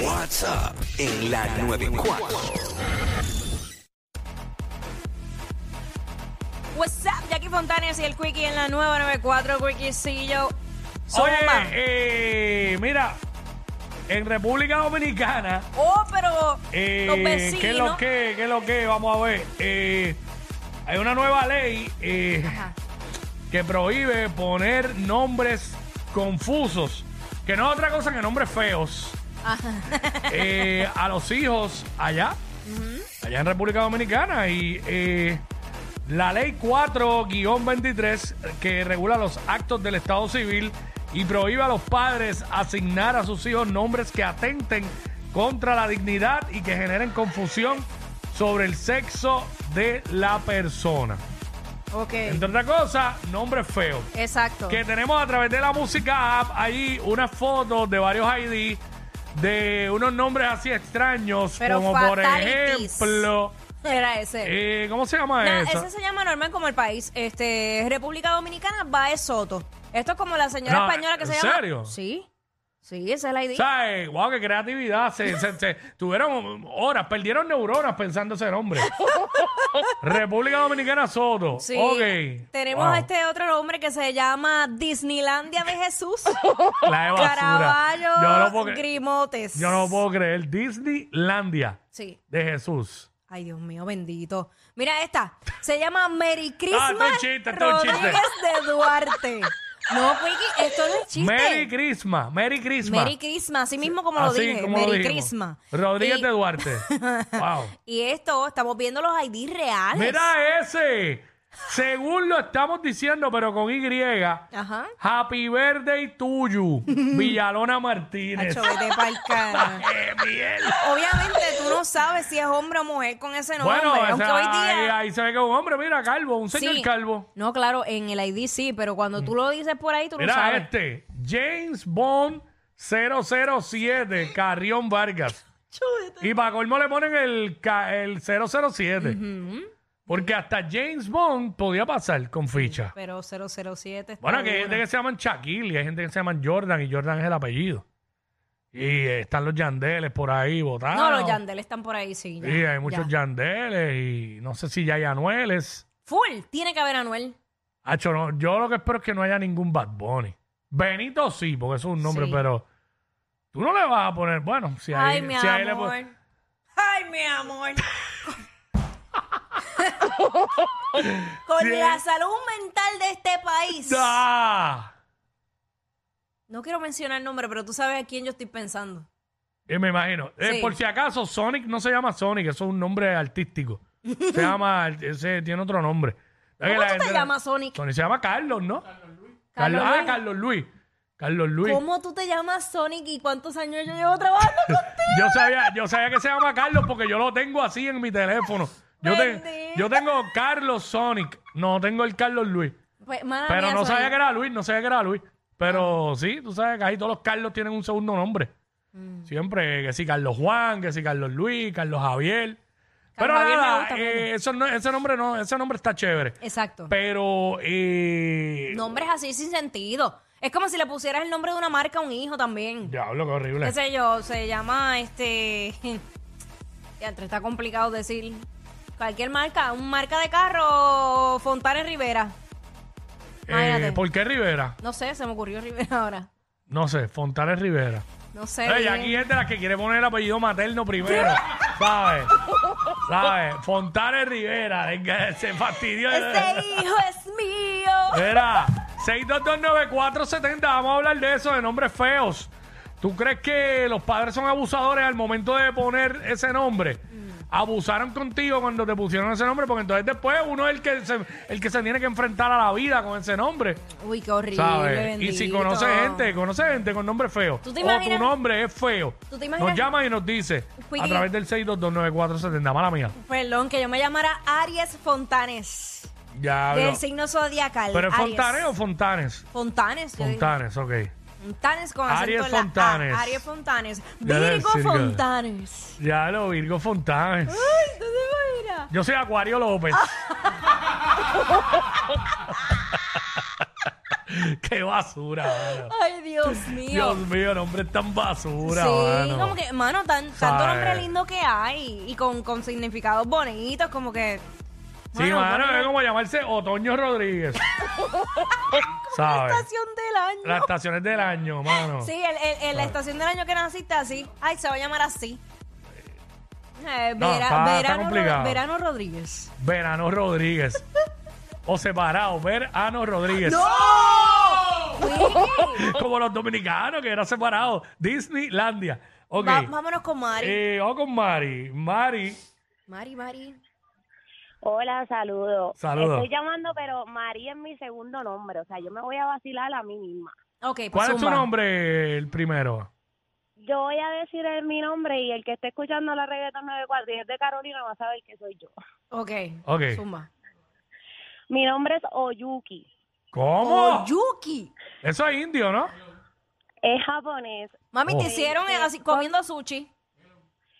WhatsApp en la 94. What's up, Jackie Fontanes y el Quickie en la nueva 94, Quickiecillo. Oye, Zumba. eh, mira, en República Dominicana, Oh, pero eh, los ¿qué es lo vecinos. que? ¿Qué es lo que? Vamos a ver. eh, hay una nueva ley eh, Ajá. que prohíbe poner nombres confusos, que no es otra cosa que nombres feos, eh, a los hijos allá, allá en República Dominicana. Y eh, la ley 4-23, que regula los actos del Estado Civil y prohíbe a los padres asignar a sus hijos nombres que atenten contra la dignidad y que generen confusión sobre el sexo de la persona. Ok, Entre otras cosas, nombres feos. exacto. Que tenemos a través de la música app ahí unas fotos de varios ID de unos nombres así extraños, Pero como fatalities. por ejemplo, Era ese. eh, ¿cómo se llama No, eso? ese se llama normal como el país. Este, República Dominicana, Baez Soto. Esto es como la señora No, española que ¿en se llama. serio? Sí. Sí, esa es la idea. ¿Sabes? ¡Wow, eh, qué creatividad! Se, se- se- tuvieron horas, perdieron neuronas pensando ese nombre. República Dominicana Soto. Sí. Ok. Tenemos Wow. a este otro nombre que se llama Disneylandia de Jesús. La de basura. Caraballo Yo no, puedo, cre- Grimotes. yo no puedo creer. Disneylandia Sí. de Jesús. Ay, Dios mío, bendito. Mira esta. Se llama Merry Ah, Christmas esto es chiste, esto es chiste. Rodríguez de Duarte. No, Quickie, esto no es chiste. Merry Christmas. Merry Christmas. Merry Christmas, así mismo como lo Así dije. como lo Merry dijimos. Christmas. Rodríguez y, de Duarte. wow. y esto, estamos viendo los ID reales. Mira ese. Según lo estamos diciendo, pero con Y. Ajá. Happy Birthday tuyo, Villalona Martínez. Acho, vete pa'l cara. ¡Qué mierda! Obviamente tú no sabes si es hombre o mujer con ese nombre. Bueno, o aunque sea, hoy ahí, día. ahí se ve que es un hombre, mira, calvo, un señor Sí. calvo. No, claro, en el ID sí, pero cuando tú lo dices por ahí, tú no Mira sabes. este, James Bond 007, Carrión Vargas. Y para colmo le ponen el, ca- el 007. Porque hasta James Bond podía pasar con ficha. Pero 007 está Bueno, que hay gente dura. que se llaman Shaquille y hay gente que se llaman Jordan y Jordan es el apellido. Y eh, están los yandeles por ahí botados. No, los yandeles están por ahí, sí. ya, Ah, Sí, hay muchos ya. yandeles y no sé si ya hay anueles. Full, tiene que haber Anuel. Hacho, no, yo lo que espero es que no haya ningún Bad Bunny. Benito sí, porque eso es un nombre, Sí. pero tú no le vas a poner, bueno, si ahí, Ay, mi si ahí le amor. pon- Ay, mi amor. Con Sí. la salud mental de este país. ¡Ah! No quiero mencionar nombre, pero tú sabes a quién yo estoy pensando. Eh, me imagino. Eh, Sí. por si acaso, Sonic no se llama Sonic, eso es un nombre artístico. Se llama, ese tiene otro nombre. Es que ¿Cómo la tú te gente- llamas, Sonic? Sonic se llama Carlos, ¿no? Carlos Carlos, Luis. ah, Carlos Luis. Carlos Luis. ¿Cómo tú te llamas Sonic y cuántos años yo llevo trabajando contigo? Yo sabía, yo sabía que se llama Carlos porque yo lo tengo así en mi teléfono. Yo, te- Bendito. yo tengo Carlos Sonic, no tengo el Carlos Luis. Pues, mala Pero mía, no sabía Sonic. Ah. que era Luis, no sabía que era Luis. Pero sí, tú sabes que ahí todos los Carlos tienen un segundo nombre. Mm. Siempre, que sí, Carlos Juan, que sí, Carlos Luis, Carlos Javier. Pero Javier me nada, gusta Eh. eh, eso no- ese nombre no, ese nombre está chévere. Exacto. Pero eh, Nombres así sin sentido. Es como si le pusieras el nombre de una marca a un hijo también. diablo, qué horrible. qué sé yo, se llama este. Diantre, está complicado decir. Cualquier marca, un marca de carro, Fontanes Rivera. Eh, imagínate. ¿Por qué Rivera? No sé, se me ocurrió Rivera ahora. No sé, Fontales Rivera. No sé. Ey, bien. aquí es de las que quiere poner el apellido materno primero. ¿Sabes? ¿Sabes? Fontanes Rivera. venga, Se fastidió. Este hijo es mío. Mira, 6229470, vamos a hablar de eso, de nombres feos. ¿Tú crees que los padres son abusadores al momento de poner ese nombre? Abusaron contigo cuando te pusieron ese nombre, porque entonces después uno es el que se, el que se tiene que enfrentar a la vida con ese nombre. Uy, qué horrible. ¿Sabes? Eh, Y si bendito. conoce gente, conoce gente con nombre feo. ¿Tú te o tu imaginas- nombre es feo. ¿Tú te imaginas- Pues Nos llama y nos dice a Quickie. través del 6229470, mala mía. Perdón, que yo me llamara Aries Fontanes. Ya, del pero- signo zodiacal. ¿Pero es Aries. Fontanes o Fontanes? Fontanes. yo dije. Fontanes, ok. Fontanes con acento Aries en la A. Fontanes. Aries Fontanes. Ya debe Virgo ser que- Fontanes. Ya lo Virgo Fontanes. Ay, ¿tú te imaginas? Yo soy Acuario López. Qué basura, mano. Ay, Dios mío. Dios mío, nombre tan basura, Sí, mano. como que, mano, tan, tanto ¿Sabes? nombre lindo que hay y con, con significados bonitos, como que. Sí, mano, ponle es como llamarse Otoño Rodríguez. la ¿Sabes? estación del año. Las estaciones del año, mano. Sí, el, el- el- la estación del año que naciste así. Ay, se va a llamar así. Eh, No, Vera- está- está verano, complicado. Ro- Verano Rodríguez. Verano Rodríguez. O separado, Verano Rodríguez. Oye, Como los dominicanos que eran separados. Disneylandia. Ok. va- vámonos con Mari. Eh, vamos con Mari. Mari, Mari, Mari. Hola, saludos. Saludos. Estoy llamando, pero María es mi segundo nombre. O sea, yo me voy a vacilar a mí misma. Ok, pues ¿cuál es tu zumba. nombre el primero? Yo voy a decir el- mi nombre y el que esté escuchando la reggaeton 94 y es de Carolina va a saber que soy yo. Ok. Ok. Zumba. Mi nombre es Oyuki. ¿Cómo? Yuki. Eso es indio, ¿no? Es japonés. Mami, Oh. te hicieron eh, así comiendo sushi. Tú-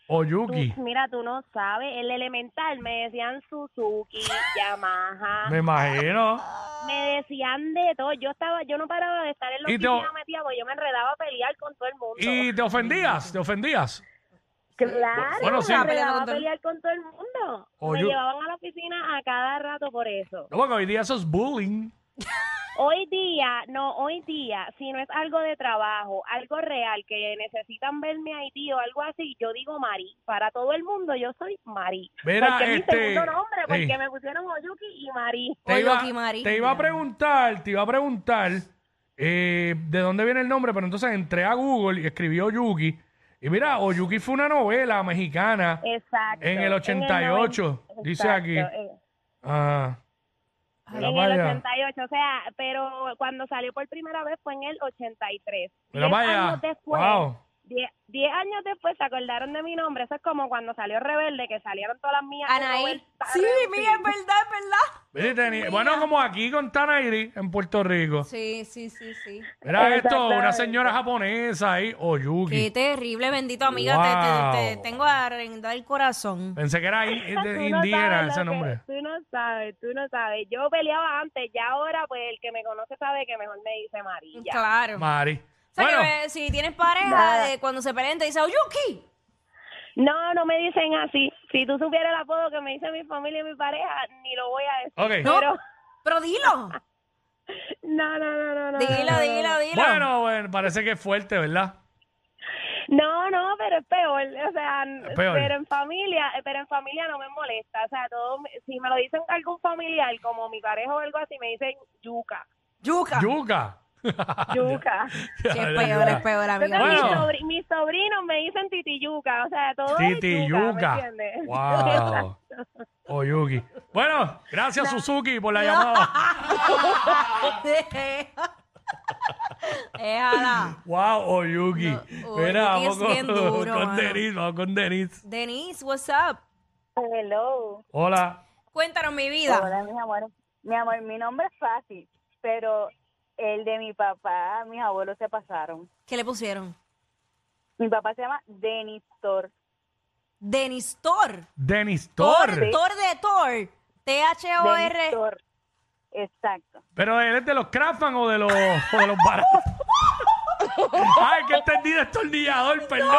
Oyuki. mira, tú no sabes. El elemental me decían Suzuki, Yamaha. Me imagino. Me decían de todo. Yo estaba, yo no paraba de estar en la Y te- oficina metida porque yo me enredaba a pelear con todo el mundo. ¿Y te ofendías? ¿Te ofendías? Claro, Bueno, sí. me Estaba peleando enredaba con a todo el- pelear con todo el mundo. O me yo- llevaban a la oficina a cada rato por eso. No, porque hoy día eso es bullying. Hoy día, no, hoy día, si no es algo de trabajo, algo real, que necesitan verme ahí, tío, algo así, yo digo Mari. Para todo el mundo, yo soy Mari. Mira, porque es mi este, segundo nombre, porque sí. me pusieron Oyuki y Mari. Te iba, Oyuki Mari. te iba a preguntar, te iba a preguntar eh, de dónde viene el nombre, pero entonces entré a Google y escribí Oyuki. Y mira, Oyuki fue una novela mexicana. Eh, Exacto. En el 88, dice aquí. eh. Ah, En mira el para allá. 88, o sea, pero cuando salió por primera vez fue en el 83. Mira Diez para allá. años después, Wow. diez, diez años después se acordaron de mi nombre. Eso es como cuando salió Rebelde, que salieron todas las mías. de Anaí. Roberta Sí, Reuti. mira, es verdad, es verdad. Mira, teni- Bueno, como aquí con Tanairi en Puerto Rico. Sí, sí, sí, sí. Mira esto, Exactamente. una señora japonesa ahí, Qué Oyuki. terrible, bendito amiga. te- te- Te, Wow. tengo a arrendar el corazón. Pensé que era in- Tú de- no indígena sabes ese lo que- nombre. Tú no sabes, tú no sabes. Yo peleaba antes, ya ahora, pues el que me conoce sabe que mejor me dice Marilla. Claro. Mari. O sea, que Bueno, ve- si tienes pareja, Nada. de cuando se peleen te dice, Oyuki. No, no me dicen así. Si tú supieras el apodo que me dice mi familia y mi pareja, ni lo voy a ok. decir. No, Pero- pero dilo. No, no, no, no, no. Dilo, no, no. dilo, dilo. Bueno, bueno, parece que es fuerte, ¿verdad? No, no, pero es peor, o sea, n- Es peor. pero en familia, eh, pero en familia no me molesta, o sea, todo, me- si me lo dicen algún familiar, como mi pareja o algo así, me dicen yuca, Yuca. Yuca. yuca. Sí, es peor, es peor, amiga. Entonces, Ah, Bueno. mis, sobri- mis sobrinos me dicen titiyuca, o sea, todo es yuca, ¿me Titiyuca. entiendes? Wow. Oyuki. Bueno, gracias Suzuki por la llamada. Déjala. Wow, Oyuki. No, Mira, Oyuki vamos es bien con, duro, con mano. Denis, vamos con Denis. Denise, what's up? Hello. Hola. Cuéntanos mi vida. Hola, mis amores. Mi amor, mi nombre es fácil, pero el de mi papá, mis abuelos se pasaron. ¿Qué le pusieron? Mi papá se llama Denis Thor. Denis Thor. Denis Thor. Tor. Thor de Thor. Denis T-H-O-R. Thor. Exacto. Pero él es de los Crafan o de los, o de los baratos. Ay, que entendí destornillador, perdón.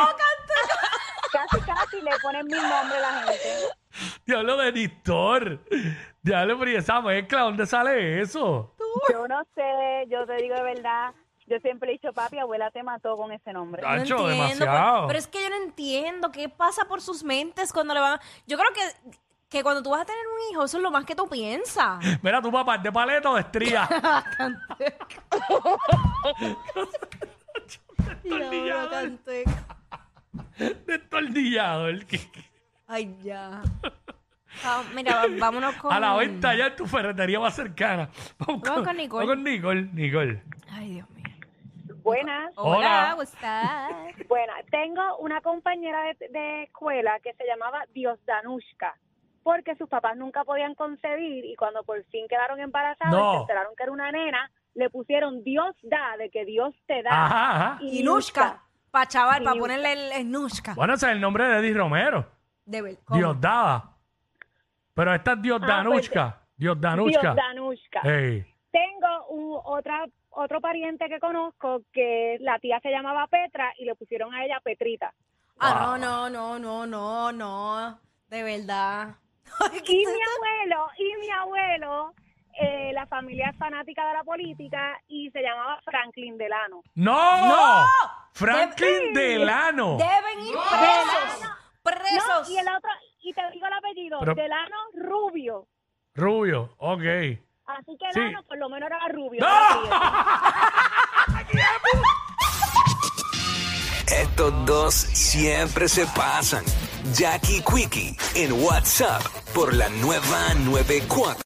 Casi, casi le ponen mi nombre a la gente. Diablo de Nistor. Diablo, pero ¿y esa mezcla? ¿Dónde sale eso? Yo no sé, yo te digo de verdad. Yo siempre he dicho, papi, abuela te mató con ese nombre. Ah. Tacho, no entiendo, pues, demasiado. Pero, pero es que yo no entiendo qué pasa por sus mentes cuando le van. Yo creo que, que cuando tú vas a tener un hijo, eso es lo más que tú piensas. Mira, tu papá, ¿es de paleta o de estría? Destornillador. Destornillador. que- Ay, ya. Ah, mira, va- vámonos con. A la venta ya en tu ferretería más cercana. Vamos con Nicole. vamos con Nicole. Nicole. Ay, Dios mío. Buenas. Hola, Hola. ¿cómo estás? Bueno, tengo una compañera de, de escuela que se llamaba Diosdanushka, porque sus papás nunca podían concebir y cuando por fin quedaron embarazados No. y se enteraron que era una nena, le pusieron Dios da, de que Dios te da. Ajá, ajá. Y Inushka. Pa' chaval, para Inushka. ponerle el, el Nushka. Bueno, ese es el nombre de Eddie Romero. De ver- ¿cómo? Diosdada. Pero Ah, pues, esta es Diosdanushka. Diosdanushka. Diosdanushka. Ey. Tengo u- otra otro pariente que conozco que la tía se llamaba Petra y le pusieron a ella Petrita. Ah, no, no, no, no, no, no. De verdad. Y mi abuelo, y mi abuelo, eh, la familia es fanática de la política y se llamaba Franklin Delano. ¡No! ¡No! ¡Franklin Delano! Deben ir presos. Presos. No, y el otro, y te digo el apellido, Pero- Delano Rubio. Rubio, ok. Así que Sí. Delano por lo menos era rubio. ¡No! era rubio. Estos dos siempre se pasan. Jackie Quickie en WhatsApp por la nueva 94.